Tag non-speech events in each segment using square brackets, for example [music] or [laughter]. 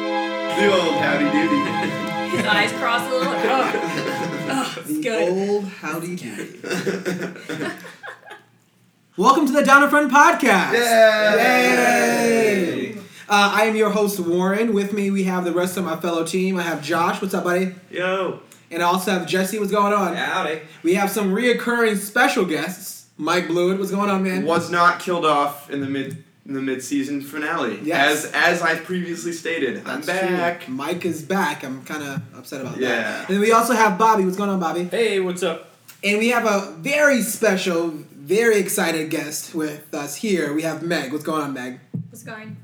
The old howdy doody. His eyes crossed a little. [laughs] Oh, oh it's good. Old howdy doody. Welcome to the Down in Front podcast. Yay! Yay! Uh, I am your host Warren. With me, we have the rest of my fellow team. I have Josh. What's up, buddy? Yo. And I also have Jesse. What's going on? Howdy. We have some reoccurring special guests. Mike Blewett. What's going on, man? Was not killed off in the mid in the mid season finale. Yes. As as I previously stated, I'm That's back. true. Mike is back. I'm kind of upset about Yeah. that. And then we also have Bobby. What's going on, Bobby? Hey, what's up? And we have a very special, very excited guest with us here. We have Meg. What's going on, Meg? What's going?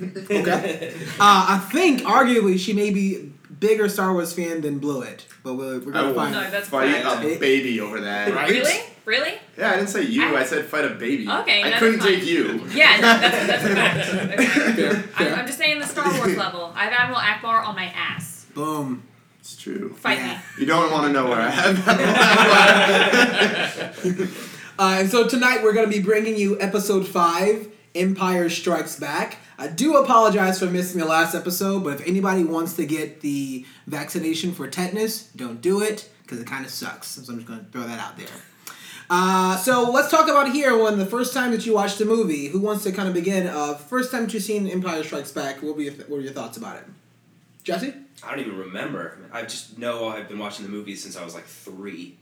Okay. uh, I think, arguably, she may be bigger Star Wars fan than Blewett, but we're, we're [laughs] I gonna will find. No, that's fight correct. a baby over that. Right? Really? Really? Yeah, I didn't say you. I, I- said fight a baby. Okay, I that's couldn't fine. take you. [laughs] Yeah, [laughs] no, that's, that's a fact. Okay. Fair, I'm, fair. I'm just saying the Star Wars level. I have Admiral Akbar on my ass. Boom. It's true. Fight Yeah. You don't want to know where I [laughs] [laughs] have Uh, and so tonight we're going to be bringing you episode 5 Empire Strikes Back. I do apologize for missing the last episode, but if anybody wants to get the vaccination for tetanus, don't do it because it kind of sucks. So I'm just going to throw that out there. Uh, so let's talk about here when the first time that you watched the movie. Who wants to kind of begin? Uh, first time that you've seen Empire Strikes Back, what were your, what were your thoughts about it? Jesse? [laughs] I don't even remember. I just know I've been watching the movies since I was like three.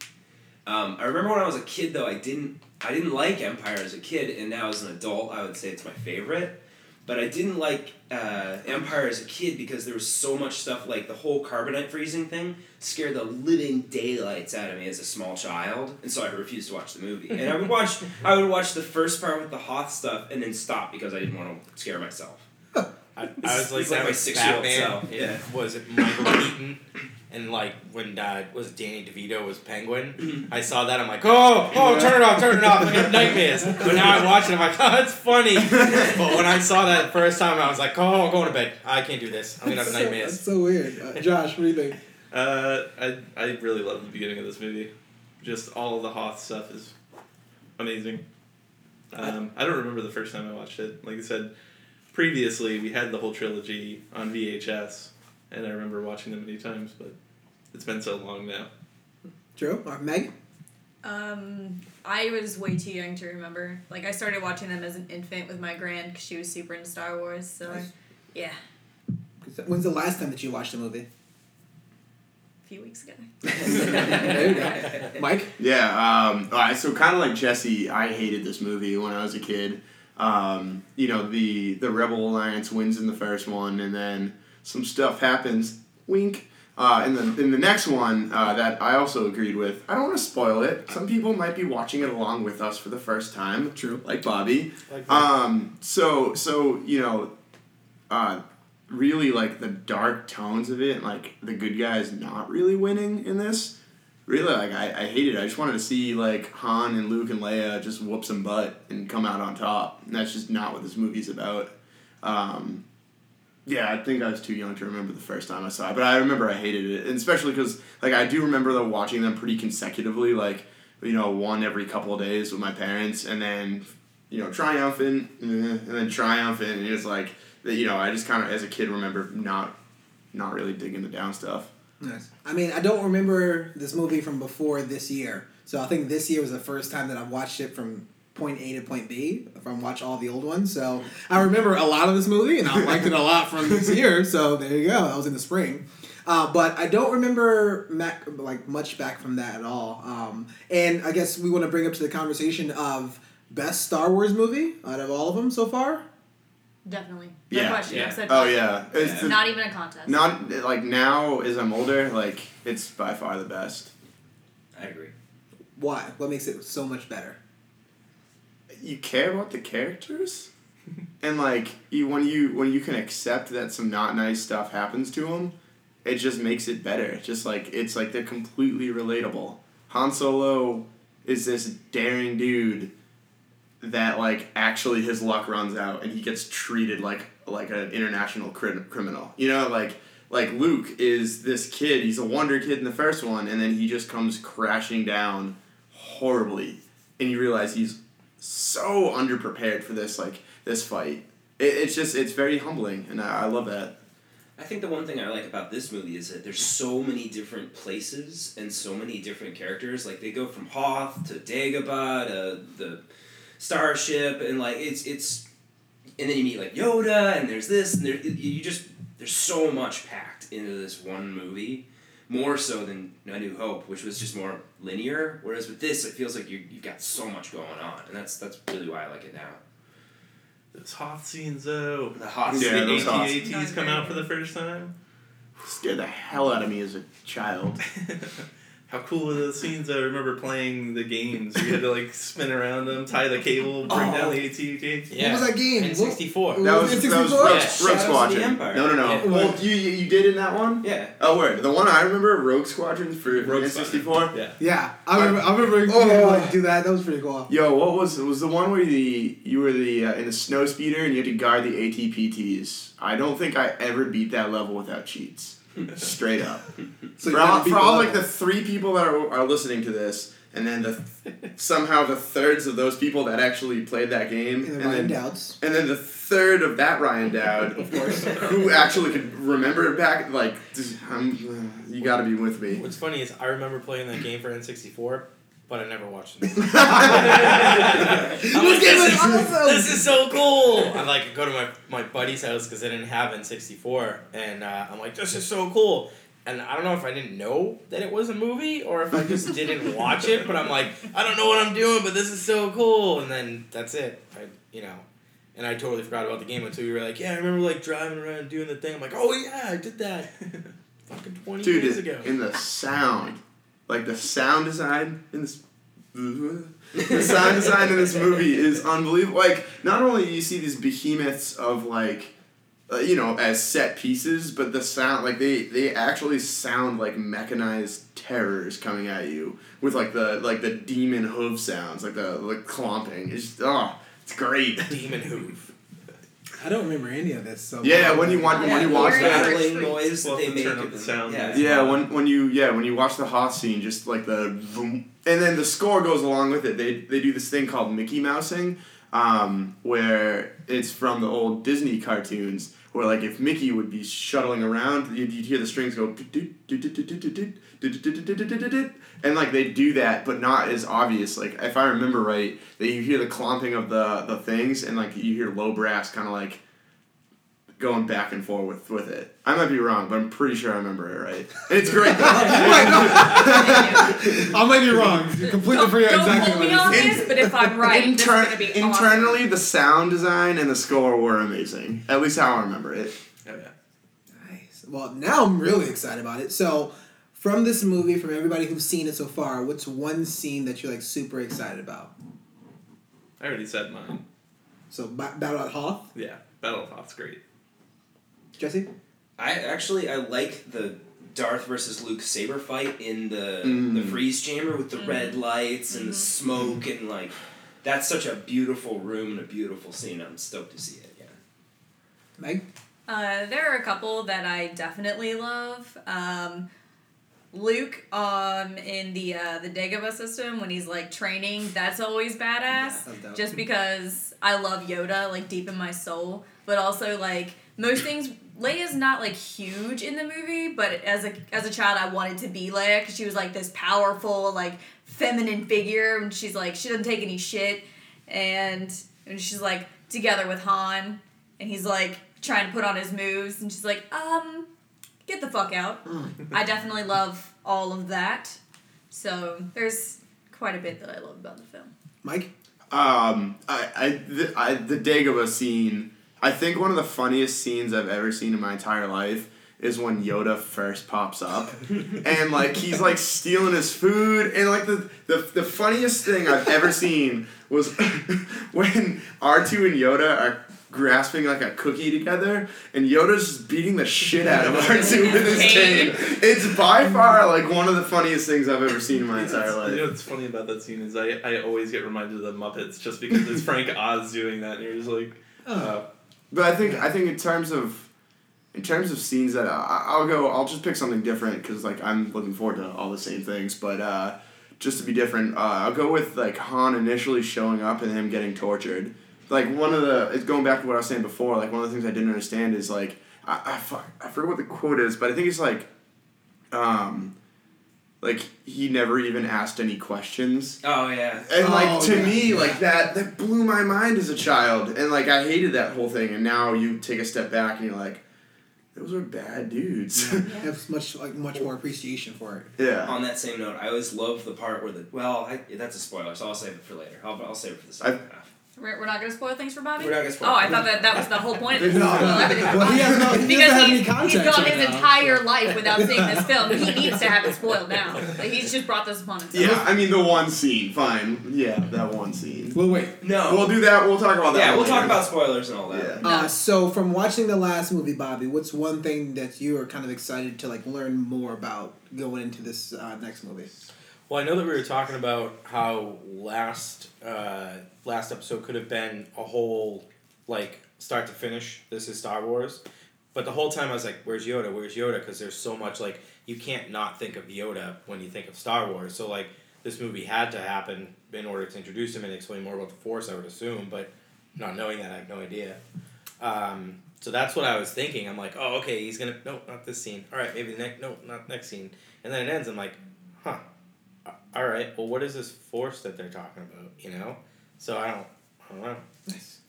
Um, I remember when I was a kid though. I didn't. I didn't like Empire as a kid, and now as an adult, I would say it's my favorite. But I didn't like uh, Empire as a kid because there was so much stuff like the whole carbonite freezing thing scared the living daylights out of me as a small child, and so I refused to watch the movie. And I [laughs] would watch. I would watch the first part with the Hoth stuff, and then stop because I didn't want to scare myself. I, I was like It's like that my with six-year-old Batman. self, yeah. Was it Michael Keaton? And like when uh, was Danny DeVito was Penguin? I saw that I'm like, oh, oh, turn it off, turn it off. I have nightmares. But now I watch it, I'm like, oh, it's funny. But when I saw that first time, I was like, oh, I'm going to bed. I can't do this. I'm gonna That's have so- That's [laughs] nightmares. so weird. Uh, Josh, what do you think? Uh, I I really love the beginning of this movie. Just all of the Hoth stuff is amazing. Um, I don't remember the first time I watched it. Like I said, previously we had the whole trilogy on VHS, and I remember watching them many times. But it's been so long now. Drew? Or Meg? Um, I was way too young to remember. Like I started watching them as an infant with my grand because she was super into Star Wars. So I- Nice. yeah, When's the last time that you watched the movie? a few weeks ago. There you Um, [laughs] [laughs] go. Mike? Yeah, um, all right, so kind of like Jesse, I hated this movie when I was a kid. Um, you know, the the Rebel Alliance wins in the first one, and then some stuff happens. Wink. Uh, in the in the next one uh, that I also agreed with. I don't want to spoil it. Some people might be watching it along with us for the first time. True. Like Bobby. Um, so so you know, uh, really like the dark tones of it, and, like the good guys not really winning in this. Really, like I, I hated it. I just wanted to see like Han and Luke and Leia just whoop some butt and come out on top. And that's just not what this movie's about. Um, yeah, I think I was too young to remember the first time I saw it, but I remember I hated it, and especially because like I do remember though watching them pretty consecutively, like you know one every couple of days with my parents, and then you know triumphant, eh, and then triumphant, and it was like that. You know, I just kind of as a kid remember not not really digging the down stuff. Nice. I mean, I don't remember this movie from before this year, so I think this year was the first time that I've watched it from point A to point B. From watch all the old ones, so I remember a lot of this movie, and I liked it a lot from this year. So there you go. That was in the spring. Uh, but I don't remember Mac, like much back from that at all. Um, and I guess we want to bring up to the conversation of best Star Wars movie out of all of them so far. Definitely. No Yeah, question. yeah. I said Oh no. yeah, it's the- Not even a contest. [laughs] not like now as I'm older, like it's by far the best. I agree. Why? What makes it so much better? you care about the characters and like you, when you when you can accept that some not nice stuff happens to them it just makes it better It's just like it's like they're completely relatable han solo is this daring dude that like actually his luck runs out and he gets treated like like an international cri- criminal you know like like luke is this kid he's a wonder kid in the first one and then he just comes crashing down horribly and you realize he's so underprepared for this like this fight. It, it's just it's very humbling, and I, I love that. I think the one thing I like about this movie is that there's so many different places and so many different characters. Like they go from Hoth to Dagobah to the starship, and like it's it's, and then you meet like Yoda, and there's this, and there you just there's so much packed into this one movie, more so than A New Hope, which was just more linear. Whereas with this, it feels like you you've got so much going on, and that's that's really why I like it now. Those Hoth scenes though. The Hoth Yeah, the those Hoth- AT-ATs come out for the first time. Scared the hell out of me as a child. How cool were those scenes? I remember playing the games. You had to like [laughs] spin around them, tie the cable, bring Oh. down the AT-AT. Yeah. What was that game? In What- '64. Ooh. That Was was, it that was 64? Rogue, Yeah, Rogue Shadows of the Squadron. Empire. No, no, no. Yeah. Well, you, you you did in that one. Yeah. Oh, word. The one I remember, Rogue Squadron for Rogue N sixty four. Yeah. Yeah, I remember. I remember you Oh. could, like, do that. That was pretty cool. Yo, what was was the one where the you were the uh, in a snow speeder and you had to guard the ATPTs? I don't think I ever beat that level without [laughs] cheats. Straight up. So you for all, had to beat for all the like the level. three people that are, are listening to this, and then the [laughs] somehow the thirds of those people that actually played that game, and, and the Ryan then [laughs] Doubts. and then the third of that [laughs] Ryan Dowd, Of course. who actually could remember it back. Like, just, I'm, you got to be with [laughs] me. What's funny is I remember playing that game for N64, but I never watched it. [laughs] I'm like, game this, is is, awesome!" this is so cool. I like go to my my buddy's house because they didn't have N64, and uh, I'm like, this is so cool. And I don't know if I didn't know that it was a movie or if I just [laughs] didn't watch it, but I'm like, I don't know what I'm doing, but this is so cool. And then that's it. I, you know, and I totally forgot about the game until you were like, yeah, I remember like driving around and doing the thing. I'm like, oh yeah, I did that. [laughs] Fucking 20 Dude, years in- ago. in the sound, like the sound design in this. the sound design in [laughs] this movie is unbelievable. Like, not only do you see these behemoths of like, uh, you know, as set pieces, but the sound like they they actually sound like mechanized terrors coming at you with like the like the demon hoof sounds, like the like clomping. It's just, oh, it's great. Demon hoof. I don't remember any of this. So Yeah, when you watch when Yeah, you watch very that. good. rattling noise We'll that they make. have to turn up and- the sound. Yeah. Yeah, when when you yeah when you watch the Hoth scene, just like the vroom, and then the score goes along with it. They they do this thing called Mickey Mousing, um, where it's from the old Disney cartoons, where like if Mickey would be shuttling around, you'd, you'd hear the strings go, doot, doot, doot, doot, doot, doot, doot, doot, doot, doot, doot, doot, doot, doot, doot. and like they do that, but not as obvious. Like if I remember right, that you hear the clomping of the the things, and like you hear low brass kind of like going back and forth with, with it. I might be wrong, but I'm pretty sure I remember it right. And it's great. I might be wrong. You're completely Don't, free. don't Exactly. hold what me it on is. In- this, but if I'm right, this is Inter- gonna be awesome. internally, the sound design and the score were amazing. At least how I remember it. Oh yeah. Nice. Well, now I'm really excited about it. So, from this movie, from everybody who's seen it so far, what's one scene that you're like super excited about? I already said mine. So, ba- Battle at Hoth, Yeah. Battle of Hoth's great. Jesse. I actually I like the Darth versus Luke saber fight in the Mm. the freeze chamber with the Mm. red lights and the Mm-hmm. smoke and like that's such a beautiful room and a beautiful scene. I'm stoked to see it. Yeah. Meg. Uh, there are a couple that I definitely love. Um, Luke um, in the uh, the Dagobah system when he's like training, that's always badass. That's dope. Just because I love Yoda like deep in my soul, but also like most things, Leia's not like huge in the movie, but as a as a child, I wanted to be Leia because she was like this powerful like feminine figure, and she's like she doesn't take any shit, and and she's like together with Han, and he's like trying to put on his moves, and she's like, um, get the fuck out. I definitely love all of that. So there's quite a bit that I love about the film. Mike. Um, I, I, the, I, the Dagobah scene. I think one of the funniest scenes I've ever seen in my entire life is when Yoda first pops up, and like he's like stealing his food, and like the the, the funniest thing I've ever seen was [laughs] when R two and Yoda are grasping like a cookie together, and Yoda's just beating the shit out of R two with his cane. It's by far like one of the funniest things I've ever seen in my entire You know life. what's funny about that scene is I, I always get reminded of the Muppets just because it's Frank Oz doing that and you're just like, oh, But I think I think in terms of in terms of scenes that I, I'll go, I'll just pick something different because like I'm looking forward to all the same things. But uh, just to be different, uh, I'll go with like Han initially showing up and him getting tortured. Like one of the it's going back to what I was saying before. Like one of the things I didn't understand is like I, I, fuck, I forget what the quote is, but I think it's like, um, like he never even asked any questions. Oh yeah. And Oh, like to yeah, me, yeah. like that that blew my mind as a child, and like I hated that whole thing. And now you take a step back and you're like, those are bad dudes. [laughs] [laughs] I have much like much more appreciation for it. yeah, On that same note, I always love the part where the well, I, that's a spoiler, so I'll save it for later. I'll, I'll save it for the second half. We're, we're not gonna spoil things for Bobby. We're not gonna spoil Oh, I things. thought that that was the whole point. Of No, this. no. Well, he has no- he doesn't because have any he's, he's context gone right his now, entire life without seeing this film. [laughs] He needs to have it spoiled now. Like he's just brought this upon himself. yeah. I mean the one scene, fine. Yeah, that one scene. Well, wait. No. We'll do that. We'll talk about that. yeah, we'll later. talk about spoilers and all that. Yeah. Uh, No. so from watching the last movie, Bobby, what's one thing that you are kind of excited to like learn more about going into this uh, next movie? Well, I know that we were talking about how last uh, last episode could have been a whole like start to finish. This is Star Wars, but the whole time I was like, "Where's Yoda? Where's Yoda?" Because there's so much like you can't not think of Yoda when you think of Star Wars. So like this movie had to happen in order to introduce him and explain more about the Force. I would assume, but not knowing that, I have no idea. Um, so that's what I was thinking. I'm like, "Oh, okay, he's gonna no, not this scene. All right, maybe the next no, not next scene." And then it ends. I'm like, "Huh." all right, well, what is this force that they're talking about? You know, so I don't, I don't know. This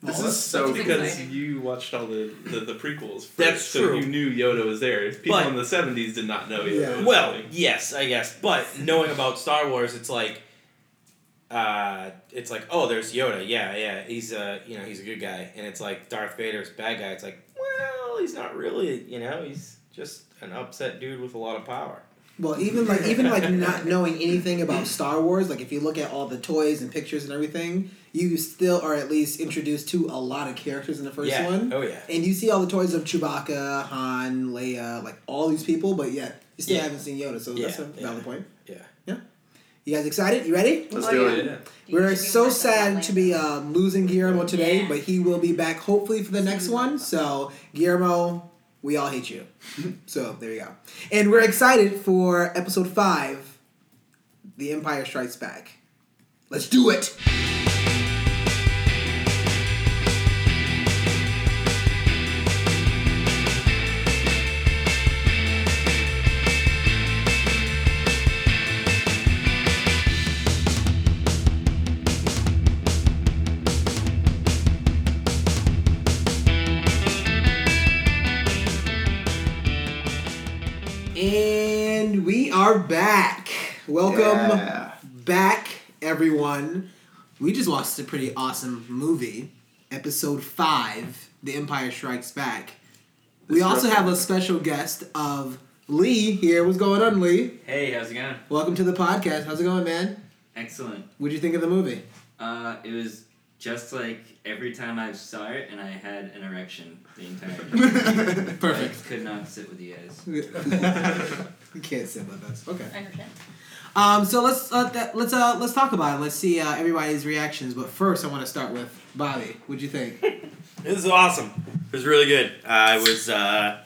Well, is so that's- Because Exciting. you watched all the, the, the prequels. First, That's so true. You knew Yoda was there. If People But- in the seventies did not know Yoda. Yeah. was Well, coming. yes, I guess, but knowing about Star Wars, it's like, uh, it's like, oh, there's Yoda. Yeah, yeah, he's a, you know, he's a good guy, and it's like Darth Vader's bad guy. It's like, well, he's not really, you know, he's just an upset dude with a lot of power. Well, even like even [laughs] like not knowing anything about Star Wars, like if you look at all the toys and pictures and everything, you still are at least introduced to a lot of characters in the first yeah. one. Oh yeah. And you see all the toys of Chewbacca, Han, Leia, like all these people, but yeah, you still Yeah. haven't seen Yoda, so that's a Yeah, valid yeah. point. Yeah. Yeah. You guys excited? You ready? Let's Oh, do yeah. it. Yeah. You We're should so worried about sad that to be later. um, losing Guillermo today, Yeah. but he will be back hopefully for the next one. So, Guillermo, we all hate you. so, there you go. And we're excited for episode five The Empire Strikes Back. Let's do it! And we are back. Welcome Yeah. back, everyone. We just watched a pretty awesome movie, episode five, The Empire Strikes Back. We This also real- have a special guest of Lee here. What's going on, Lee? Hey, how's it going? Welcome to the podcast. How's it going, man? Excellent. What'd you think of the movie? Uh, it was just like every time I saw it, and I had an erection the entire time. Perfect. [laughs] I could not sit with you guys. you can't sit with us. Okay. I understand. Um, so let's uh, that, let's uh, let's talk about it. Let's see uh, everybody's reactions. But first, I want to start with Bobby. What'd you think? This is awesome. It was really good. I was, uh,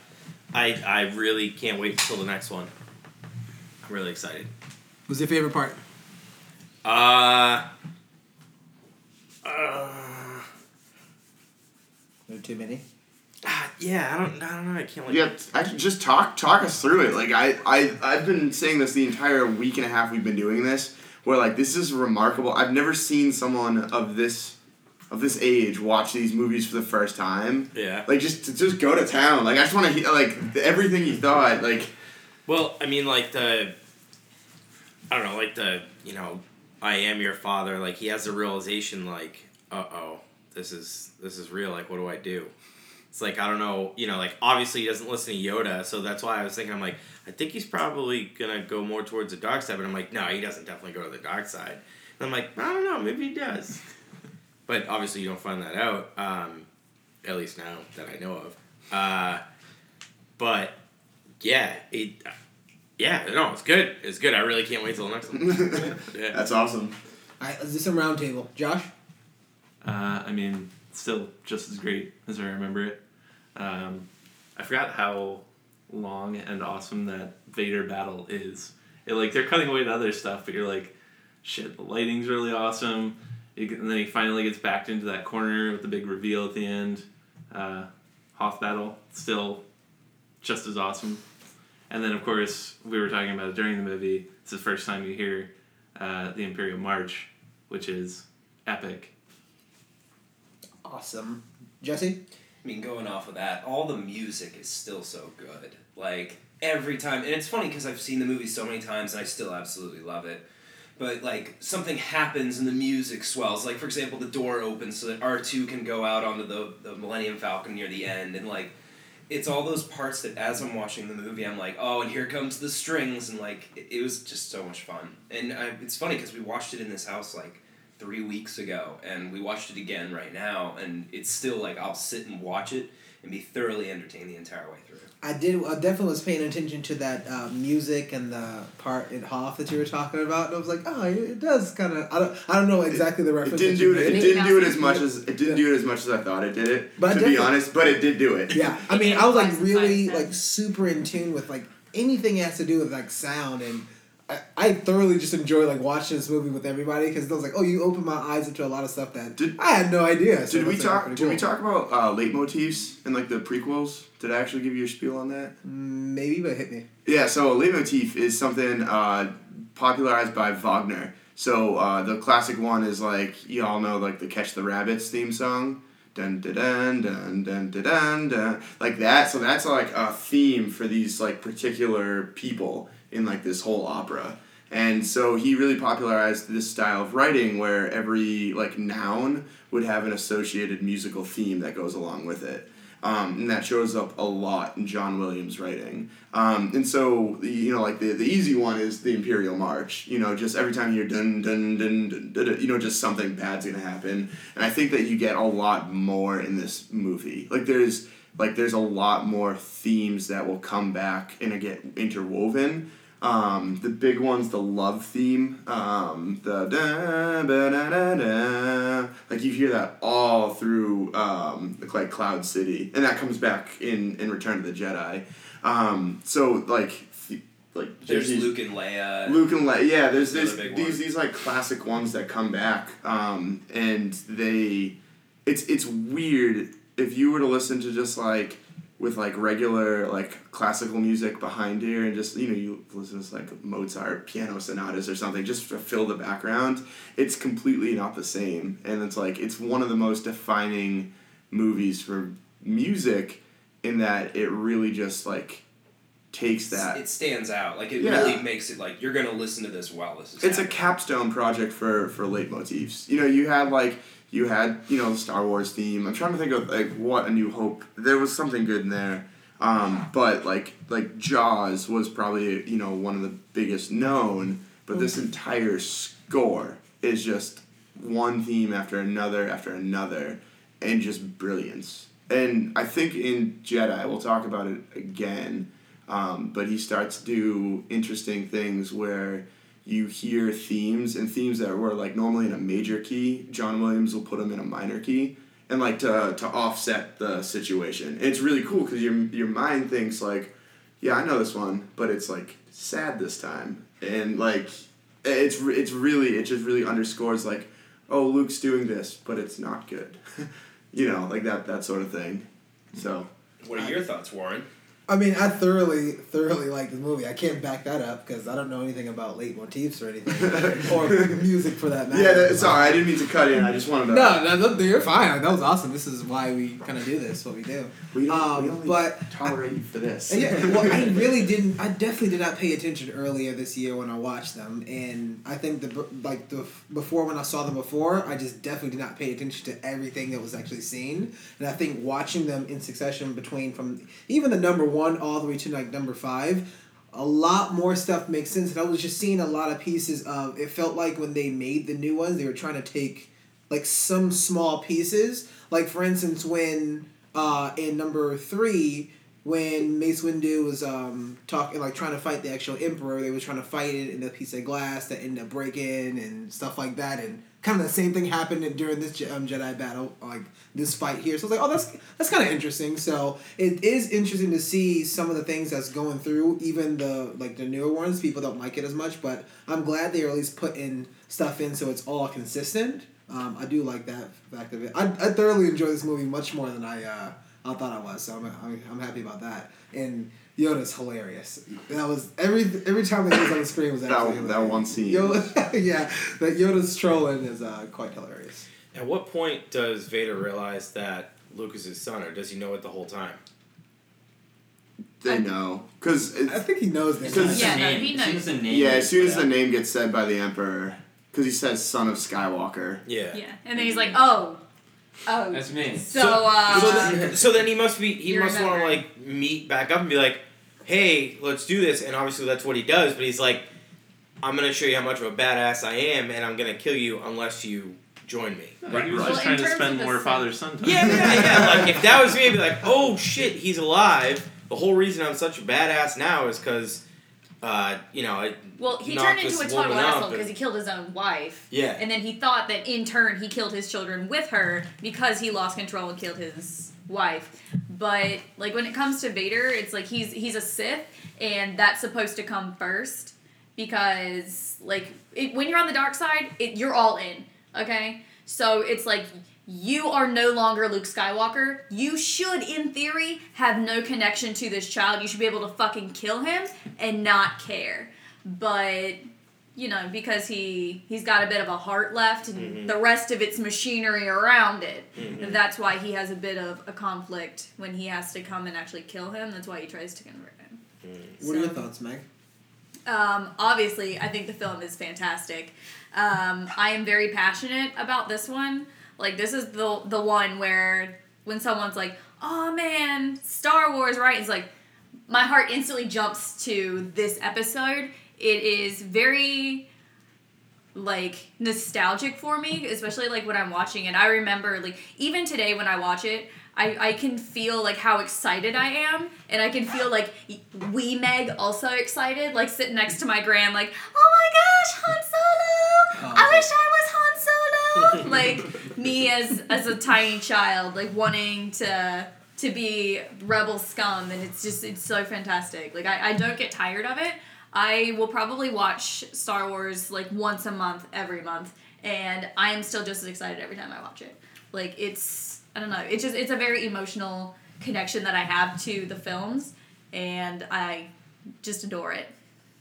I, I really can't wait until the next one. I'm really excited. What's your favorite part? Uh, uh, No too many. ah, yeah, I don't, I don't know. I can't like. Yeah, actually, just talk talk us through it. Like I I I've been saying this the entire week and a half we've been doing this, where like this is remarkable. I've never seen someone of this of this age watch these movies for the first time. Yeah. Like just just go to town. Like I just want to hear like th- everything you thought. Like Well, I mean, like the, I don't know, like the, you know, I am your father. Like he has the realization, like, uh oh, this is this is real. Like, what do I do? It's like I don't know, you know, like obviously he doesn't listen to Yoda, so that's why I was thinking, I'm like, I think he's probably gonna go more towards the dark side, but I'm like, no, he doesn't definitely go to the dark side. And I'm like, I don't know, maybe he does. But obviously, you don't find that out, um, at least now that I know of. Uh, but yeah, it, yeah, no, it's good. It's good. I really can't wait till the next [laughs] one. [laughs] yeah. that's awesome. All right, let's do some roundtable. Josh. Uh, I mean, still just as great as I remember it. Um, I forgot how long and awesome that Vader battle is. It, like they're cutting away to other stuff, but you're like, shit, the lighting's really awesome. You get- and then he finally gets backed into that corner with the big reveal at the end. Uh, Hoth battle still just as awesome. And then of course we were talking about it during the movie. It's the first time you hear uh, the Imperial March, which is epic. Awesome. Jesse? I mean, going off of that, all the music is still so good. Like every time, and it's funny because I've seen the movie so many times and I still absolutely love it. But like something happens and the music swells. Like for example, the door opens so that R two can go out onto the the Millennium Falcon near the end, and like it's all those parts that as I'm watching the movie, I'm like, oh, and here comes the strings, and like it, it was just so much fun. And I, it's funny because we watched it in this house like three weeks ago, and we watched it again right now, and it's still like I'll sit and watch it and be thoroughly entertained the entire way through. I did. I definitely was paying attention to that uh, music and the part in Hoff that you were talking about, and I was like, oh, it does kind of. I don't. I don't know exactly the It reference. didn't that you do it. It made. didn't do it as much as it didn't do it as much as I thought it did it. But I to be definitely- honest, but it did do it. Yeah, I mean, I was like really Five cents. like super in tune with like anything that has to do with like sound, and I, I thoroughly just enjoy like watching this movie with everybody because I was like, oh, you opened my eyes up to a lot of stuff that Did- I had no idea. so Did we that's, like, talk? pretty Did we cool. talk about uh, leitmotifs and like the prequels? Did I actually give you a spiel on that? Maybe, but hit me. Yeah, so a leitmotif is something uh, popularized by Wagner. So uh, the classic one is like you all know like the Catch the Rabbits theme song. Dun dun dun dun dun dun dun, dun like that. So that's like a theme for these like particular people in like this whole opera. And so he really popularized this style of writing where every like noun would have an associated musical theme that goes along with it. Um, and that shows up a lot in John Williams' writing. Um, and so, you know, like the, the easy one is the Imperial March. You know, just every time you hear dun dun dun dun, dun, dun you know, just something bad's gonna happen. And I think that you get a lot more in this movie. Like there's like there's a lot more themes that will come back and get interwoven. Um, the big one's the love theme. Um, the da, ba, da, da, da. like you hear that all through um, like Cloud City, and that comes back in in Return of the Jedi. Um, so like th- like There's these- Luke and Leia. Luke and Le- yeah, there's Another there's big these one. these like classic ones that come back, um, and they, it's it's weird if you were to listen to just like with like regular like classical music behind here and just you know you listen to like Mozart piano sonatas or something just to fill the background, it's completely not the same, and it's like it's one of the most defining movies for music in that it really just like takes that It stands out. Like it Yeah. really makes it like you're gonna listen to this while this is. it's a happening. capstone project for for leitmotifs. You know, you had like you had you know the Star Wars theme. I'm trying to think of like what a New Hope. There was something good in there, um, but like like Jaws was probably you know one of the biggest known. But this entire score is just one theme after another after another, and just brilliance. And I think in Jedi we'll talk about it again. Um, but he starts to do interesting things where you hear themes and themes that were like normally in a major key. John Williams will put them in a minor key and like to, to offset the situation. It's really cool because your your mind thinks like, yeah, I know this one, but it's like sad this time, and like it's re- it's really it just really underscores like, oh, Luke's doing this, but it's not good, [laughs] you know, like that that sort of thing. So What are your thoughts, Warren? I mean, I thoroughly, thoroughly like the movie. I can't back that up because I don't know anything about late motifs or [laughs] anything, or music for that matter. yeah, that, sorry, I didn't mean to cut in. I just wanted to. No, no, no, you're fine. That was awesome. This is why we kind of do this, what we do. we don't, we Um, only but tolerate you for this. And [laughs] yeah, well, I really didn't. I definitely did not pay attention earlier this year when I watched them, and I think the like the before when I saw them before, I just definitely did not pay attention to everything that was actually seen. And I think watching them in succession between from even the number one all the way to like number five, a lot more stuff makes sense. And I was just seeing a lot of pieces of. It felt like when they made the new ones, they were trying to take like some small pieces. Like for instance, when uh, in number three, when Mace Windu was um, talking, like trying to fight the actual Emperor, they was trying to fight it in a piece of glass that ended up breaking and stuff like that. And kind of the same thing happened in- during this Je- um, Jedi battle, like this fight here. So I was like, oh, that's that's kind of interesting. So it is interesting to see some of the things that's going through, even the like the newer ones. People don't like it as much, but I'm glad they are at least putting stuff in so it's all consistent. Um, I do like that fact of it. I, I thoroughly enjoy this movie much more than I uh, I thought I was, so I'm, I'm, I'm happy about that. And Yoda's hilarious. That was every every time that he was on the screen was absolutely That, that hilarious. one scene. Yoda, [laughs] yeah, that Yoda's trolling is uh, quite hilarious. At what point does Vader realize that Luke is his son, or does he know it the whole time? They I- know. Because, I think he knows As this. soon as Yeah, the no, name, he as soon knows. as the name yeah, as is soon put as the out, name gets said by the Emperor, because he says son of Skywalker. uh, Yeah. Yeah, and then he's like, oh, oh. That's me. So, so, uh, then, so then he must be he You must want to remember. like meet back up and be like, hey, let's do this. And obviously that's what he does. But he's like, I'm gonna show you how much of a badass I am, and I'm gonna kill you unless you join me. Like, he was Right. just Well, trying in to terms spend of the more sun- father son time. Yeah, yeah, [laughs] yeah. [laughs] Like if that was me, I'd be like, oh shit, he's alive. The whole reason I'm such a badass now is because, uh, you know, I, well, he knocked turned into a this total woman up asshole and- because he killed his own wife. yeah. And then he thought that in turn he killed his children with her because he lost control and killed his wife. But like when it comes to Vader, it's like he's he's a Sith and that's supposed to come first because like it, when you're on the dark side, it, you're all in. Okay, so it's like you are no longer Luke Skywalker. You should, in theory, have no connection to this child. You should be able to fucking kill him and not care. But you know, because he he's got a bit of a heart left, and the rest of it's machinery around it. And that's why he has a bit of a conflict when he has to come and actually kill him. That's why he tries to convert him. What are your So- thoughts, Meg? Um, obviously, I think the film is fantastic. Um, I am very passionate about this one. Like, this is the the one where when someone's like, "Oh man, Star Wars," right? It's like my heart instantly jumps to this episode. It is very like nostalgic for me, especially like when I'm watching it. I remember like even today when I watch it, I, I can feel like how excited I am, and I can feel like wee Meg also excited, like sitting next to my grand, like oh my gosh, Han Solo! I wish I was Han Solo. like me as as a tiny child, like wanting to to be rebel scum, and it's just it's so fantastic. Like I, I don't get tired of it. I will probably watch Star Wars like once a month, every month, and I am still just as excited every time I watch it. Like it's I don't know, it's just it's a very emotional connection that I have to the films, and I just adore it.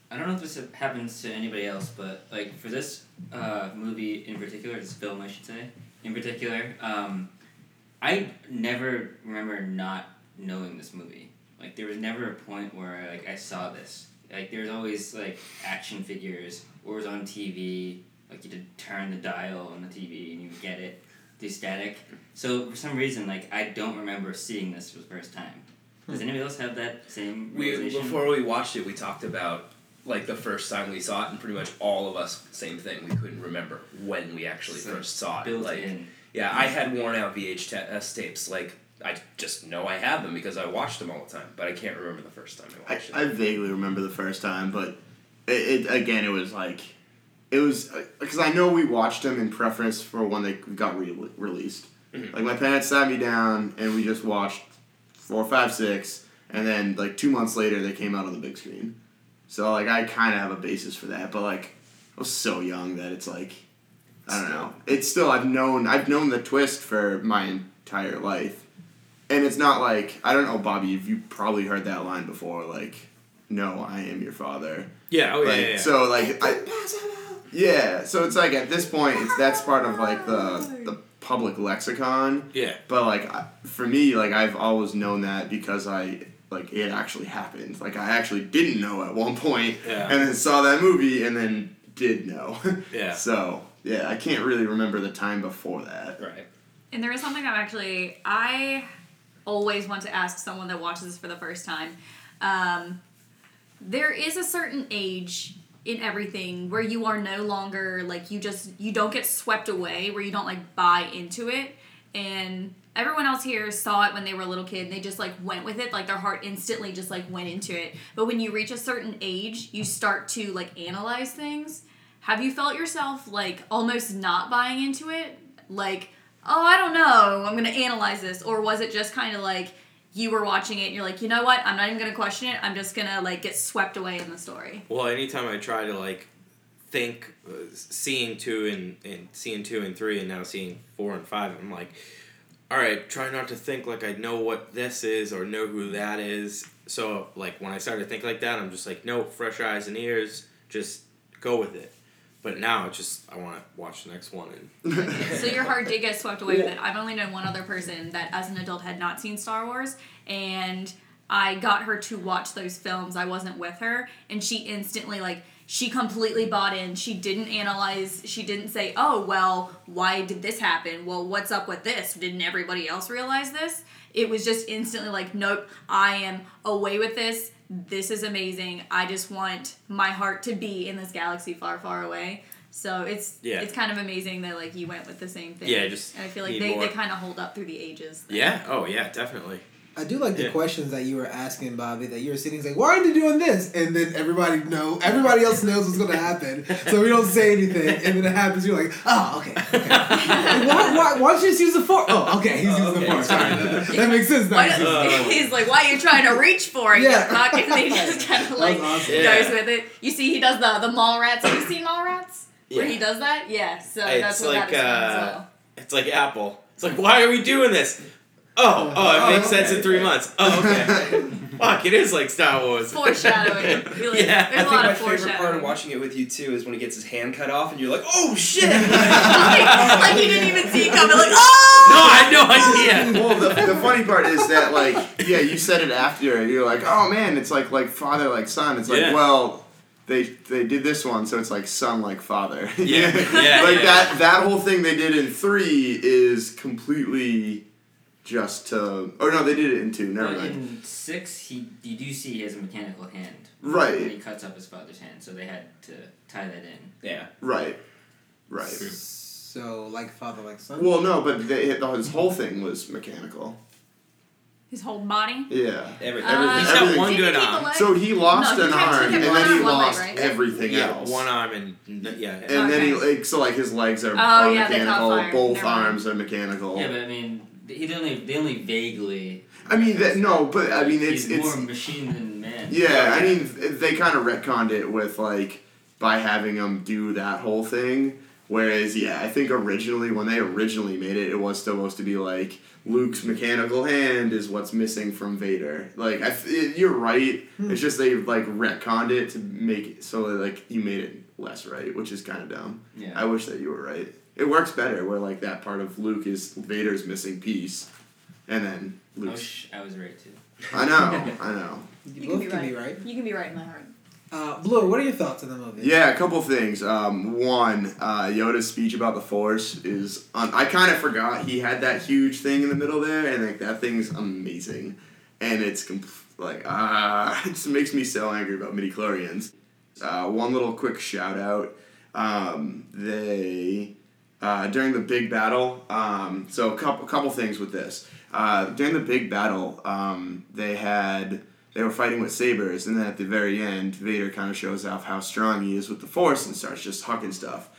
I don't know if this happens to anybody else, but like for this uh, movie in particular, this film I should say in particular, um, I never remember not knowing this movie. Like there was never a point where like I saw this. Like there was always like action figures or it was on TV. Like you did turn the dial on the TV and you would get it, the static. So for some reason, like I don't remember seeing this for the first time. Does anybody else have that same We realization? before we watched it, we talked about like the first time we saw it, and pretty much all of us same thing. We couldn't remember when we actually So, first saw it. built like, in. yeah, I had worn out VHS uh, tapes. Like, I just know I have them because I watched them all the time, but I can't remember the first time I I, watched I it. vaguely remember the first time, but it, it again, it was like, it was because I know we watched them in preference for when they got re- released. Like my parents sat me down and we just watched four, five, six, and then like two months later they came out on the big screen. So like I kind of have a basis for that, but like I was so young that it's like I don't know. It's still I've known I've known the twist for my entire life. And it's not like I don't know, Bobby. If you probably heard that line before, like, "No, I am your father." Yeah. Oh yeah. like, yeah, yeah. So like, I, yeah. So it's like at this point, it's that's part of like the the public lexicon. yeah. But like I- for me, like I've always known that because I like it actually happened. Like I actually didn't know at one point, Yeah. and then saw that movie, and then did know. [laughs] Yeah. So yeah, I can't really remember the time before that. right. And there is something I'm actually I always want to ask someone that watches this for the first time. Um, there is a certain age in everything where you are no longer like you just you don't get swept away where you don't like buy into it and everyone else here saw it when they were a little kid and they just like went with it like their heart instantly just like went into it but when you reach a certain age you start to like analyze things have you felt yourself like almost not buying into it like oh i don't know i'm gonna analyze this or was it just kind of like you were watching it and you're like you know what i'm not even gonna question it i'm just gonna like get swept away in the story Well, anytime I try to like think, uh, seeing two and and seeing two and three, and now seeing four and five, I'm like, all all right, try not to think like I know what this is or know who that is. So, like, when I started to think like that, I'm just like, nope, fresh eyes and ears, just go with it. But now, it's just, I want to watch the next one. And [laughs] so your heart did get swept away with it. I've only known one other person that, as an adult, had not seen Star Wars, and I got her to watch those films. I wasn't with her, and she instantly like she completely bought in. She didn't analyze. She didn't say, "Oh well, why did this happen? Well, what's up with this? Didn't everybody else realize this?" It was just instantly like, "Nope, I am away with this." This is amazing. I just want my heart to be in this galaxy far, far away. So it's Yeah. it's kind of amazing that like you went with the same thing. Yeah, just and I feel like need they, more. they kind of hold up through the ages. yeah, oh, yeah, definitely. I do like the Yeah. questions that you were asking, Bobby. That you were sitting like, "Why are you doing this?" And then everybody know, everybody else knows what's going to happen, so we don't say anything. And then it happens. You're like, "Oh, okay." okay. Like, why, why, why don't you just use the fork? Oh, okay, he's Oh, using okay, the fork. sorry. Sorry, that, [laughs] that makes sense. That [laughs] Why makes sense. Uh, don't- [laughs] he's like, why are you trying to reach for it? Yeah. Yeah. Pocket, and they [laughs] just kind of That was like awesome. Yeah. goes with it. You see, he does the the mall rats. Have you seen mall rats? Where he Yeah. does that? Yeah. So It's that's what like, that explains uh, [laughs] well. It's like Apple. It's like, why are we doing this? Oh, oh, Oh, it makes sense okay. in three months. [laughs] Oh, okay. Fuck, it is like Star Wars. Foreshadowing. [laughs] Really, Yeah, there's I a think lot my of favorite foreshadowing. part of watching it with you too is when he gets his hand cut off and you're like, oh [laughs] shit! like, like you didn't even see it coming. Like, oh. [laughs] No, I had no [laughs] idea. well, the, the funny part is that like yeah, you said it after and you're like, oh man, it's like like father like son. It's like Yeah. well, they they did this one, so it's like son like father. Yeah, yeah, [laughs] like yeah. that that whole thing they did in three is completely just to or no, they did it in two. Never But mind. in six, he you do see he has a mechanical hand. And he Right, cuts up his father's hand, so they had to tie that in. yeah. right, right. So, like father, like son. Uh, Well, no, but they, his whole thing was mechanical. His whole body. Yeah. Everything. Uh, [laughs] He's got did one he good keep arm. alive? So he lost No, he an kept- he arm, and kept one then arm, he one leg, lost right? everything Yeah, else. one arm and yeah. And then he Okay. like so like his legs are, Oh, are yeah, they caught mechanical. fire. Both Never mind. arms are mechanical. Yeah, but I mean, he they only they only vaguely. I mean that no, but I mean it's he's it's more machine than man. yeah. I mean they kind of retconned it with like by having him do that whole thing. Whereas yeah, I think originally when they originally made it, it was supposed to be like Luke's mechanical hand is what's missing from Vader. Like I, f- it- you're right. Hmm. It's just they like retconned it to make it so that like you made it less right, which is kind of dumb. Yeah. I wish that you were right. It works better where like that part of Luke is Vader's missing piece, and then I Luke. wish I was right too. I know, I know. You both can be right. You can be right in my heart. Uh, Blue, what are your thoughts on the movie? Yeah, a couple things. Um, one, uh, Yoda's speech about the Force is. Un- I kind of forgot he had that huge thing in the middle there, and like that thing's amazing, and it's comp- like ah, [laughs] it just makes me so angry about midi chlorians. Uh, one little quick shout out. Um, they uh, during the big battle. Um, so a couple couple things with this. Uh, during the big battle, um, they had they were fighting with sabers, and then at the very end, Vader kind of shows off how strong he is with the Force and starts just hucking stuff.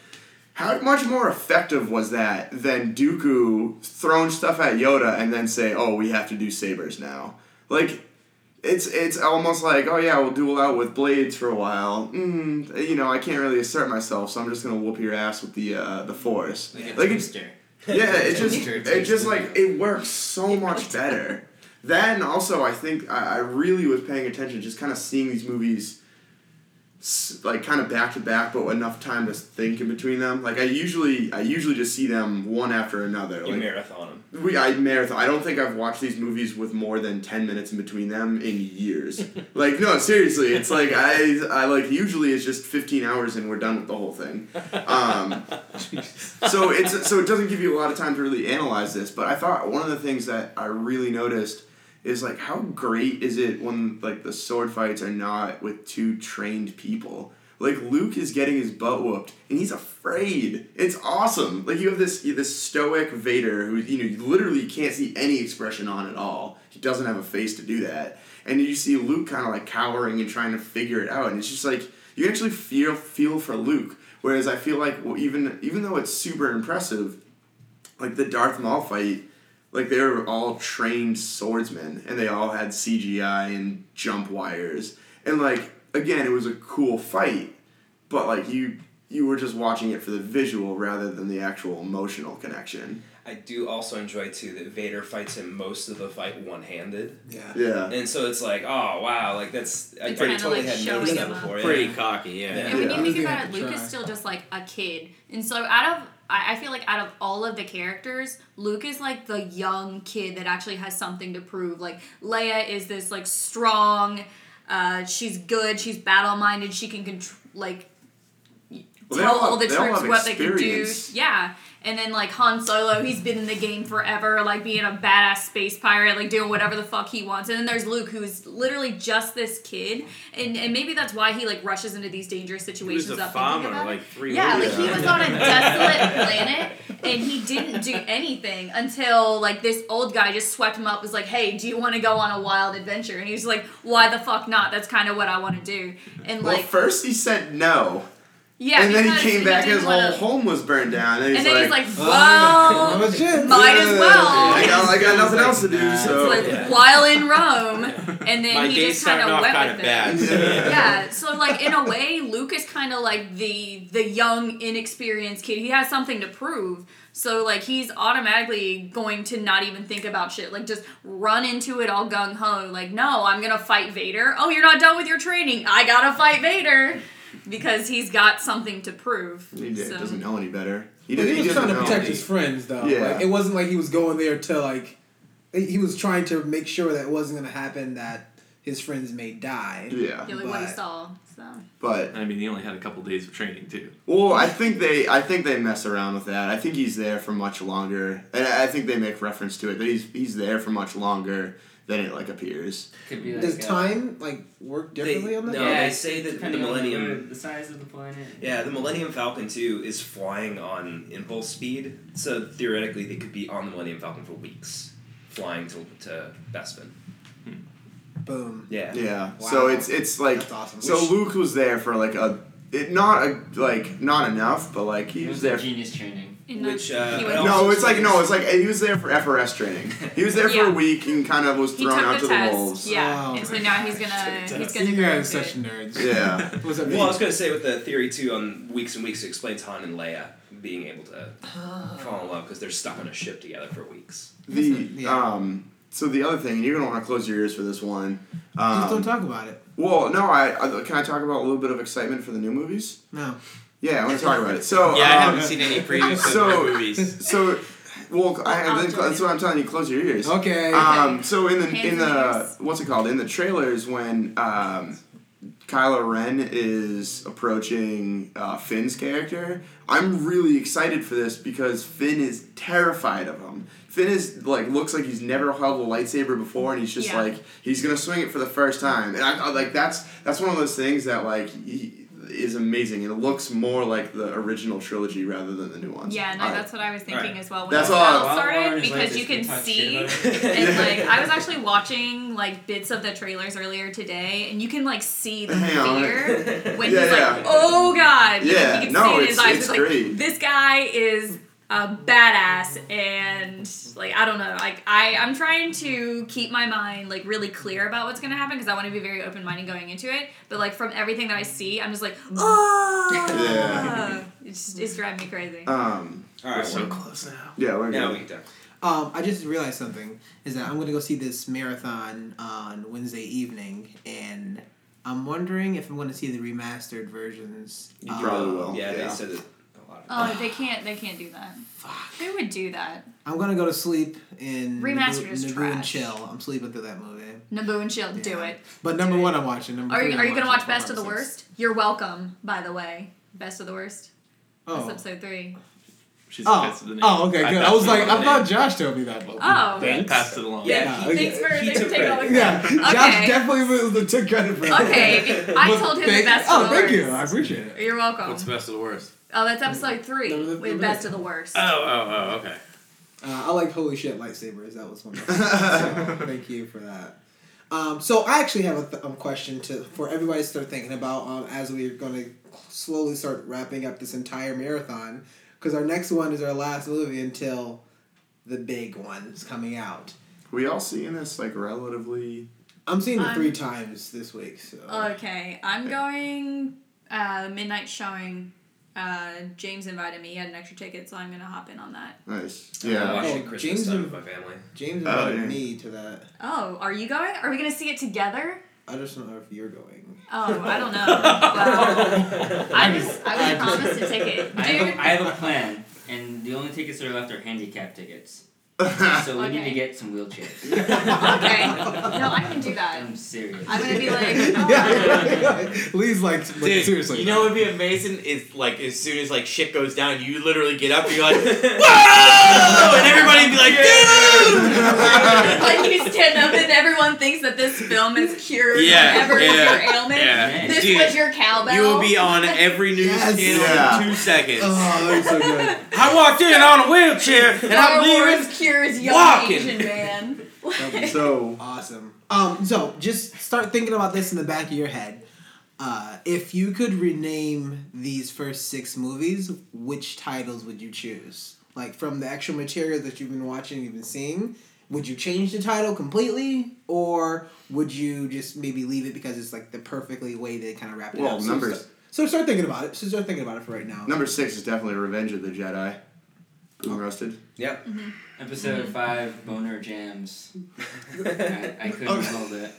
How much more effective was that than Dooku throwing stuff at Yoda and then say, "Oh, we have to do sabers now"? Like, it's it's almost like, "Oh yeah, we'll duel out with blades for a while." Mm, you know, I can't really assert myself, so I'm just gonna whoop your ass with the uh, the Force. Like a Like, it's- twister. yeah, it just Texture, it just texture. like it works so much better. That and also I think I, I really was paying attention, just kind of seeing these movies, s- like kind of back to back, but enough time to think in between them. Like I usually I usually just see them one after another. You like marathon him. we I marathon. I don't think I've watched these movies with more than ten minutes in between them in years. like no, seriously, it's like I I like usually it's just fifteen hours and we're done with the whole thing. Um, so it's so it doesn't give you a lot of time to really analyze this. But I thought one of the things that I really noticed is like how great is it when like the sword fights are not with two trained people. Like Luke is getting his butt whooped and he's afraid. It's awesome. Like you have this you have this stoic Vader who you know you literally can't see any expression on at all. He doesn't have a face to do that. And you see Luke kind of like cowering and trying to figure it out and it's just like you actually feel feel for Luke. Whereas I feel like well, even even though it's super impressive, like the Darth Maul fight, like they were all trained swordsmen and they all had CGI and jump wires. And like again, it was a cool fight, but like you you were just watching it for the visual rather than the actual emotional connection. I do also enjoy too that Vader fights him most of the fight one handed, Yeah. Yeah. and so it's like, oh wow, like that's I, I It's kinda totally like had showing noticed him that up. before. Pretty yeah. cocky, yeah. Yeah. And when Yeah, you I'm think gonna about it, have to Luke try. is still just like a kid, and so out of I I feel like out of all of the characters, Luke is like the young kid that actually has something to prove. Like Leia is this like strong, uh, she's good, she's battle minded, she can control like Well, they tell all have- all the they all troops have what they can do. experience. Yeah. And then like Han Solo, he's been in the game forever, like being a badass space pirate, like doing whatever the fuck he wants. And then there's Luke, who is literally just this kid, and and maybe that's why he like rushes into these dangerous He was situations. a up thinking farmer about it. like three Yeah, like years he ago. was on a desolate planet and he didn't do anything until like this old guy just swept him up, was like, Hey, do you want to go on a wild adventure? And he was like, Why the fuck not? That's kind of what I want to do. And Well, like, first he said no, yeah, and then he because came back and didn't his wanna- whole home was burned down, and he's And then he's like, like, Well, Oh, shit. might as well. I got, I got nothing else to do, Nah. so like, yeah. while in Rome, and then My he day's just kind starting of off went kind with of it. [laughs] bad. yeah so like in a way luke is kind of like the the young inexperienced kid he has something to prove so like he's automatically going to not even think about shit like just run into it all gung-ho like no i'm gonna fight vader oh you're not done with your training i gotta fight vader because he's got something to prove he did, so. doesn't know any better. He, But did, he was doesn't trying to know. protect his friends, though. Yeah. Like, it wasn't like he was going there to like. He was trying to make sure that it wasn't going to happen that his friends may die. Yeah, yeah, like what he But- saw so but I mean, he only had a couple days of training too. Well, I think they I think they mess around with that. I think he's there for much longer, and I I think they make reference to it that he's he's there for much longer than it like appears. Could be like Does uh, time like work differently They- on that? no. yeah, they say that the depending on Millennium- the size of the planet. Yeah, the Millennium Falcon too is flying on impulse speed, so theoretically they could be on the Millennium Falcon for weeks, flying to to Bespin. Boom. Yeah. Yeah. Wow. So it's it's like That's awesome. so Which- Luke was there for like a it not a like not enough, but like he It was was there. a genius training. And Which, then uh, he I went, No, it's like no, it's like he was there for FRS training. He was there for Yeah. a week and kind of was he thrown took out to the test the wolves. yeah Oh and so my now he's gonna God. he's gonna you grow guys are into it. such E nerds. Yeah. [laughs] What's that Well, I was gonna say with the theory too on weeks and weeks it explains Han and Leia being able to Oh. fall in love because they're stuck on a ship together for weeks. The Yeah. um. So the other thing, and you're gonna want to close your ears for this one. Um, Just don't talk about it. Well, no, I, I can I talk about a little bit of excitement for the new movies. No. Yeah, I want to talk about it. So [laughs] Yeah, I um, haven't seen any previews So- of the movies. So, well, I, I'll that's, join that's you. what I'm telling you. Close your ears. Okay. Um, so in the Hands in in the ears. what's it called in the trailers when um, Kylo Ren is approaching uh, Finn's character, I'm really excited for this because Finn is terrified of him. Finn is like looks like he's never held a lightsaber before, and he's just Yeah. like he's gonna swing it for the first time. And I, I like that's that's one of those things that like. He, is amazing. It looks more like the original trilogy rather than the new ones. Yeah, no, All right. that's what I was thinking Alright. as well when That's the all I- battle While started Lauren is like because this, you can touch see [laughs] shit about it. and Yeah. like [laughs] I was actually watching like bits of the trailers earlier today and you can like see the Hang on. fear when Yeah, he's yeah. like, Oh god You can- Yeah, you can no, see it in it's- his eyes. it's like great. this guy is a badass and like I don't know, like I, I'm trying to keep my mind like really clear about what's gonna happen because I wanna be very open minded going into it. But like from everything that I see, I'm just like, Oh Yeah. it's just, it's driving me crazy. Um, All We're right, so so close now. yeah, we're now good. we can talk. Um, I just realized something is that I'm going to go see this marathon on Wednesday evening, and I'm wondering if I'm going to see the remastered versions. You Um, probably will. Yeah, Yeah. they said it a lot. Of Oh, they can't. They can't do that. Fuck. They would do that. I'm going to go to sleep in Remastered is Naboo, Naboo and trash. chill. I'm sleeping through that movie. Naboo and Shield, do Yeah. it. But number one, I'm watching. Number Are three, you I'm Are you gonna watching. watch Best of the Number Worst? You're welcome. By the way, Best of the Worst. That's Oh. episode three. She's Oh. pissed at the name. oh, okay, good. I passed was it like, along. I thought Josh told me that. But Oh. I passed it along. Yeah, Yeah, he, okay. Thanks for he thanks for took taking all credit. the Yeah, credit. Josh Okay. definitely was- took credit for that. Okay, I told him the Thank- best. Oh, of the thank you. I worst. appreciate it. You're welcome. What's the best of the worst? oh, that's episode three No, no, no, with no. Best of the Worst. Oh, oh, oh, okay. Uh, I like holy shit lightsabers. That was one. [laughs] of my favorites. so, thank you for that. Um, so I actually have a th- um, question to for everybody to start thinking about um, as we're going to slowly start wrapping up this entire marathon because our next one is our last movie until the big one is coming out. We all seeing this like relatively. I'm seeing it I'm- three uh, times this week. So Okay, I'm going uh, midnight showing Uh, James invited me. He had an extra ticket, so I'm gonna hop in on that. Nice. I Yeah. watched it Oh, Christmas James time and- with my family. James Oh, invited yeah. me to that. Oh, are you going? Are we gonna see it together? I just don't know if you're going. Oh, I [laughs] don't know. Wow. I was I I- was promised a ticket, [laughs] I have, a, I dude. have a plan, and the only tickets that are left are handicap tickets. [laughs] So we need Okay. to get some wheelchairs. Okay, no, I can do that. I'm serious. I'm gonna be like, [laughs] oh, yeah. [laughs] Lee's like, like [laughs] Dude, seriously. you know what would be amazing is like as soon as like shit goes down, you literally get up and you're like, whoa, and everybody'd be like, [laughs] dude. [laughs] like you stand up and everyone thinks that this film is cured Yeah, whatever is yeah, your ailment. [laughs] yeah. This Dude, was your cowbell. You [laughs] will be on every news Yes. channel Yeah. in two seconds. Oh, that's so good. I walked in on a wheelchair and Star I'm leaving. Wars cures young walking. Asian [laughs] man. uh, [laughs] [laughs] Okay. so Awesome. Um, so just start thinking about this in the back of your head. Uh, if you could rename these first six movies, which titles would you choose? Like from the actual material that you've been watching, you've been seeing, would you change the title completely, or would you just maybe leave it because it's like the perfectly way to kind of wrap it Well, up? So numbers- sta- so start thinking about it. So start thinking about it for right now. number six is definitely Revenge of the Jedi. Boom roasted. Yep. Episode five, boner jams. I, I couldn't Okay. hold it.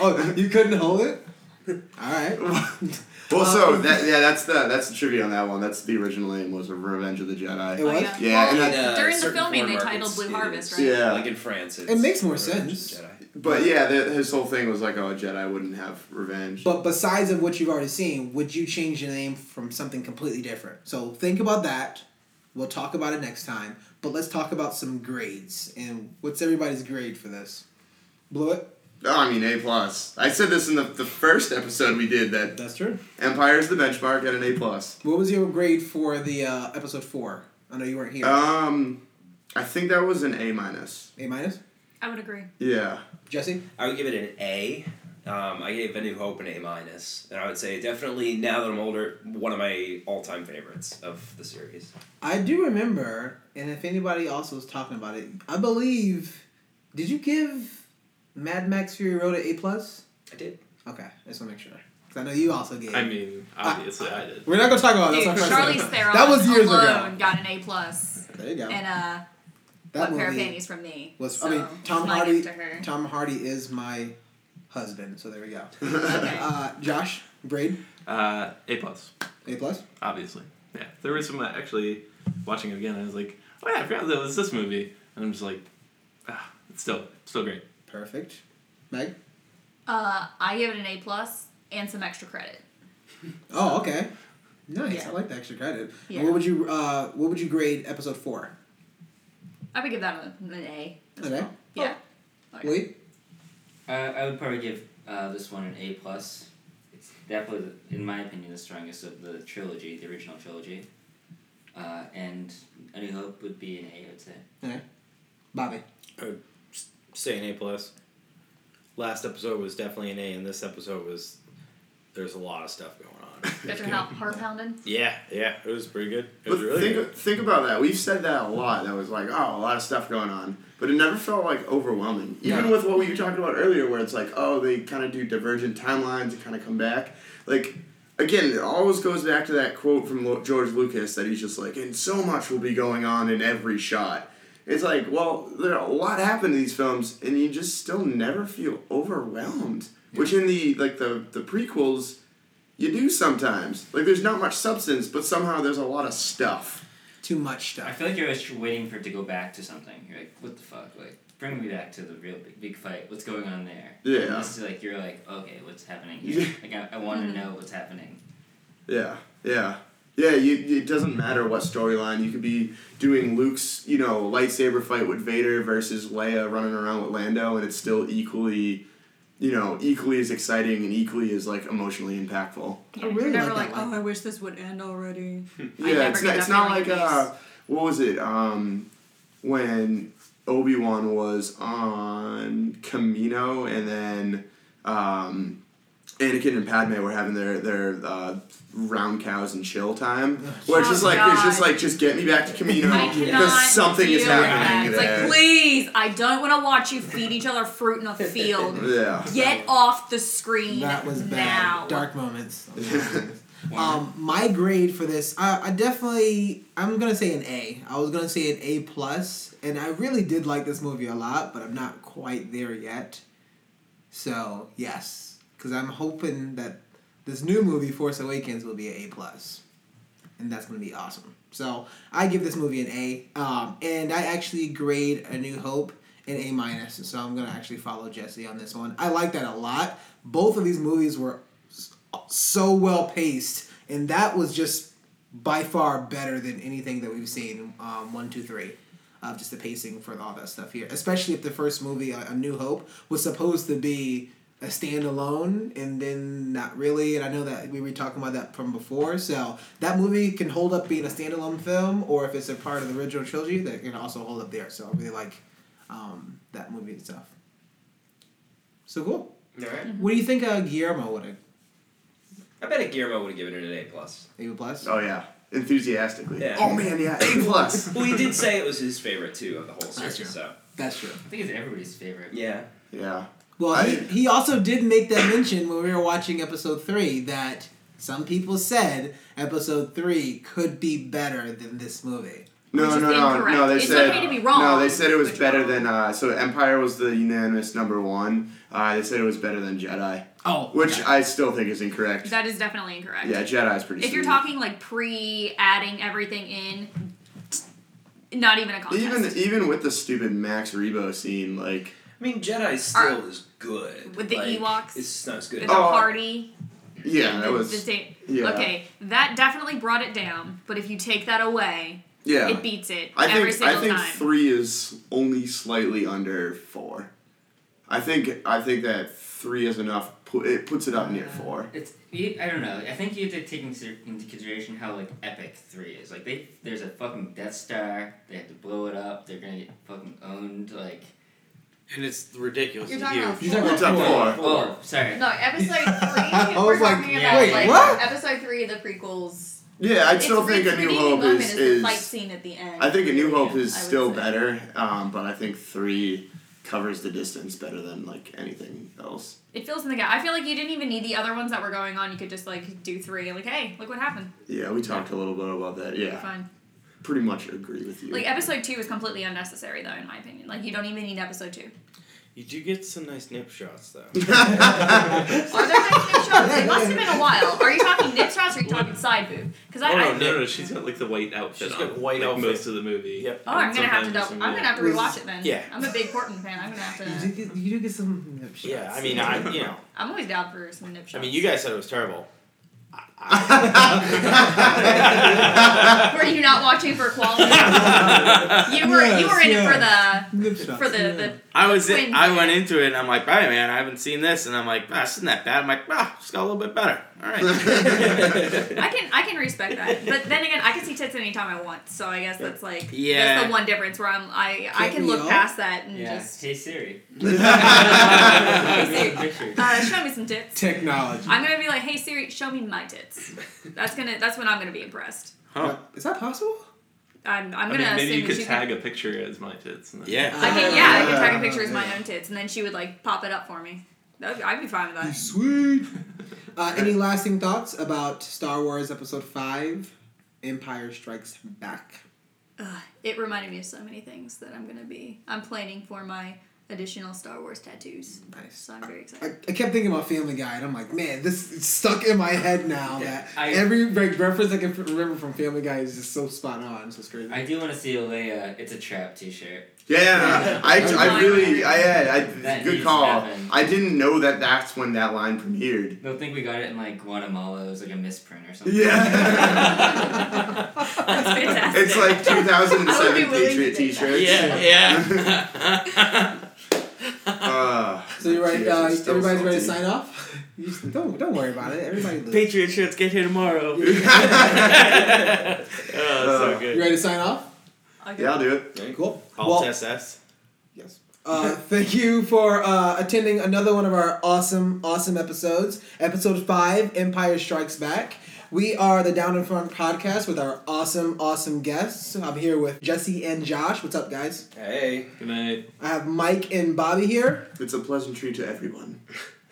oh, you couldn't hold it. All right. Well, so that yeah, that's the that's the trivia on that one. That's the original name was Revenge of the Jedi. It was. yeah. Yeah, and In, that- uh, During the certain filming, foreign they markets, titled Blue it Harvest, is. right? Yeah. Like in France, it's makes more Revenge of sense. the Jedi. But yeah, the, his whole thing was like, oh, a Jedi wouldn't have revenge. But besides of what you've already seen, would you change the name from something completely different? So think about that. We'll talk about it next time. But let's talk about some grades and what's everybody's grade for this? Blew it. oh, I mean, A plus. I said this in the, the first episode we did that That's true. Empire's the benchmark at an A plus. What was your grade for the uh, episode four? I know you weren't here. Um, I think that was an A minus. A minus. I would agree. Yeah, [laughs] Jesse. I would give it an A. Um, I gave A New Hope an A minus, and I would say definitely now that I'm older, one of my all-time favorites of the series. I do remember, and if anybody else was talking about it, I believe. Did you give Mad Max Fury Road an A plus? I did. Okay, I just want to make sure. 'Cause I know you also gave. I mean, obviously I, did. We're not gonna talk about it. Dude, Oh, That's our first Charlize one. Theron That was years alone ago. got an A plus There you go. and uh, that one pair of movie panties from me. was. so, I mean, Tom my Hardy. gift to her. Tom Hardy is my husband. So there we go. Okay. Uh, Josh Braid Uh, a plus, A plus. obviously. Yeah, there was some uh, actually watching it again. I was like, oh yeah, I forgot that was this movie, and I'm just like, ah, it's still still great. Perfect. Meg. Uh, I give it an A plus and some extra credit. Oh, okay. Nice. Yeah. I like the extra credit. Yeah. What would you uh, What would you grade episode four? I would give that an, an A. as Okay. well. Yeah. Okay. Wait. Uh, I would probably give uh, this one an A plus. It's definitely, the- in my opinion, the strongest of the trilogy, the original trilogy. Uh, and A New Hope would be an A, I would say. Bobby. Say an A plus. Last episode was definitely an A, and this episode was there's a lot of stuff going on. Got your heart, heart pounding. Oh, Yeah, yeah, it was pretty good. It but was really think good. think about that. We've said that a lot. That was like, oh, a lot of stuff going on, but it never felt like overwhelming. Even No. with what we were talking about earlier, where it's like, oh, they kind of do divergent timelines and kind of come back. Like, again, it always goes back to that quote from Lo- George Lucas that he's just like, and so much will be going on in every shot. It's like, well, there a lot happened in these films, and you just still never feel overwhelmed. Which in the like the the prequels, you do sometimes. Like there's not much substance, but somehow there's a lot of stuff. Too much I stuff. feel like you're always waiting for it to go back to something. You're like, what the fuck? Like, bring me back to the real big, big fight. What's going on there? Yeah. And this is like, you're like, okay, what's happening here? like, I, I want to know what's happening. Yeah, yeah, yeah. You, it doesn't matter what storyline. You could be doing Luke's, you know, lightsaber fight with Vader versus Leia running around with Lando, and it's still equally, you know, equally as exciting and equally as like emotionally impactful. I really You're never like like, that oh, line. I wish this would end already. I yeah, never it's get not, that it's not feeling like in these. uh, what was it? Um, when Obi Wan was on Camino, and then um, Anakin and Padme were having their their uh, round cows and chill time, where it's Oh, just like it's just God. like just get me back to Camino I cannot because something deal is with happening that. It's there. like, please, I don't want to watch you feed each other fruit in a field. yeah. Get off the screen That was bad. now. Dark moments. Um, my grade for this, I, I definitely, I'm gonna say an A. I was gonna say an A plus, and I really did like this movie a lot, but I'm not quite there yet. So yes, because I'm hoping that this new movie, Force Awakens, will be an A plus, and that's gonna be awesome. So I give this movie an A, um, and I actually grade A New Hope an A minus. So I'm gonna actually follow Jesse on this one. I like that a lot. Both of these movies were so well paced, and that was just by far better than anything that we've seen. Um, one, two, three. Of just the pacing for all that stuff here, especially if the first movie, A A New Hope, was supposed to be a standalone, and then not really. And I know that we were talking about that from before, so that movie can hold up being a standalone film, or if it's a part of the original trilogy, that can also hold up there. So I really like um, that movie itself. So cool. All right. What do you think uh, Guillermo would have? I bet Guillermo would have given it an A plus. A plus. Oh yeah, enthusiastically. Yeah. Oh man, yeah, A plus. [laughs] Well, he did say it was his favorite too of the whole That's series. true. So That's true. I think it's everybody's favorite. yeah, yeah. Well, he, I- he also did make that mention when we were watching episode three that some people said episode three could be better than this movie. No, Which is no, no, incorrect. no. They It's said okay to be wrong, no. They said it was but better you're wrong. than uh, so. Empire was the unanimous number one. Uh, they said it was better than Jedi, Oh, which I still think is incorrect. That is definitely incorrect. yeah, Jedi's pretty. If you're sweet. talking like pre adding everything in, not even a even contest. even with the stupid Max Rebo scene, like I mean Jedi still is good. With the Like, Ewoks? it's just not as good. the as- Oh, party. yeah, that the- was the same- yeah. Okay, that definitely brought it down. But if you take that away, yeah. it beats it I every think single I think time. three is only slightly under four. I think I think that three is enough. Pu- it puts it up Uh, near four. It's you, I don't know. I think you have to take into, into consideration how like epic three is. Like they there's a fucking Death Star. They have to blow it up. They're gonna get fucking owned. Like and it's ridiculous. You're and talking huge. about You're talking It's up about four. oh sorry. No, episode [laughs] three. I we're was like, talking about wait, like what? episode three of the prequels. Yeah, I It's still think its A New redeeming Hope moment is the is. fight scene at the end. I think A New Hope is I would still say. better, um, but I think three covers the distance better than like anything else. it fills in the gap. I feel like you didn't even need the other ones that were going on. You could just like do three. Like, hey, look what happened. Yeah, we talked a little bit about that. You're Yeah, fine. pretty much agree with you. Like episode two is completely unnecessary though, in my opinion. Like you don't even need [laughs] episode two. You do get some nice nip shots though. Are there nice nip shots? It must have been a while. Are you talking nip shots or are you talking side boob? Because I, Oh, I no, no, no, she's got like the white outfit She's on. got white like, outfit. most of the movie. Yep. Oh, I'm gonna have to double. Sometimes I'm gonna have to yeah. rewatch it then. Yeah. I'm a big Portland fan. I'm gonna have You to. do get, you do get some. nip shots. Yeah, I mean, I you know, I'm always down for some nip shots. I mean, you guys said it was terrible. [laughs] were you not watching for quality? [laughs] you were. you were in it Nip for the shots, for the, yeah. the I was Twins. in, I went into it and I'm like, hey man, I haven't seen this, and I'm like, ah, this isn't that bad. I'm like, ah, just got a little bit better. All right. [laughs] I can I can respect that, but then again, I can see tits anytime I want. So I guess that's like Yeah. that's the one difference where I'm I I Can't can we look all? past that and Yeah. just [laughs] Hey Siri. Hey, Siri. Picture. uh, show me some tits. [laughs] technology. I'm gonna be like, hey Siri, show me my tits. That's gonna that's when I'm gonna be impressed. Huh. Is that possible? I'm I'm gonna I mean, maybe assume you could she tag a picture as my tits. And then- Yeah. I can, yeah, I can tag Yeah. a picture as my Yeah. own tits, and then she would like pop it up for me. That would, I'd be fine with that. Sweet. [laughs] Uh, any lasting thoughts about Star Wars Episode Five, Empire Strikes Back? Ugh, it reminded me of so many things that I'm gonna be. I'm planning for my additional Star Wars tattoos, Nice. so I'm very I, excited. I kept thinking about Family Guy, and I'm like, man, this is stuck in my head now. That I- every like, reference I can f- remember from Family Guy is just so spot on. So it's crazy. I do want to see a Leia. It's a trap T-shirt. Yeah, I, I really, I, yeah, I, That good needs to call. happen. I didn't know that that's when that line premiered. They'll think we got it in like Guatemala. It was like a misprint or something. [laughs] Yeah. That's fantastic. it's like 2007 [laughs] I would be willing to Patriot take that. t-shirts. yeah. Uh, [laughs] so you're right. Jesus, Uh, I'm still everybody's ready salty. [laughs] to sign off. You just- don't don't worry about it. [laughs] Everybody. lives. [laughs] Patriot shirts get here tomorrow. oh, Oh, [laughs] Oh, so [laughs] You good. ready to sign off? Uh, Okay. Yeah, I'll do it. Cool. Alt SS. Yes. Uh, thank you for uh, attending another one of our awesome, awesome episodes. Episode 5 Empire Strikes Back. We are the Down in Front podcast with our awesome, awesome guests. I'm here with Jesse and Josh. What's up, guys? hey, Good night. I have Mike and Bobby here. It's a pleasantry to everyone.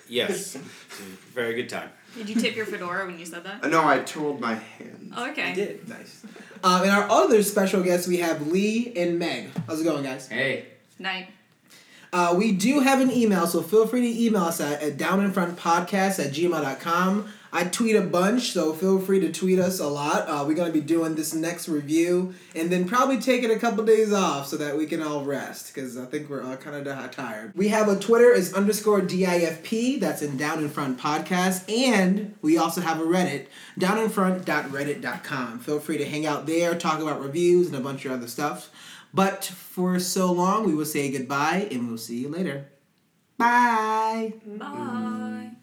Yes. It was a very good time. Did you tip your fedora when you said that? Uh, No, I told my hand. Oh, okay. I did. Nice. Um, and our other special guests, we have Lee and Meg. How's it going, guys? Hey, Night. Uh, we do have an email, so feel free to email us at, at downinfrontpodcast at gmail.com. I tweet a bunch, so feel free to tweet us a lot. Uh, we're going to be doing this next review and then probably taking a couple days off so that we can all rest because I think we're all kind of tired. We have a Twitter is underscore DIFP, that's in Down in Front Podcast, and we also have a Reddit, downinfront.reddit.com. Feel free to hang out there, talk about reviews and a bunch of other stuff. But for so long, we will say goodbye and we'll see you later. Bye. Bye.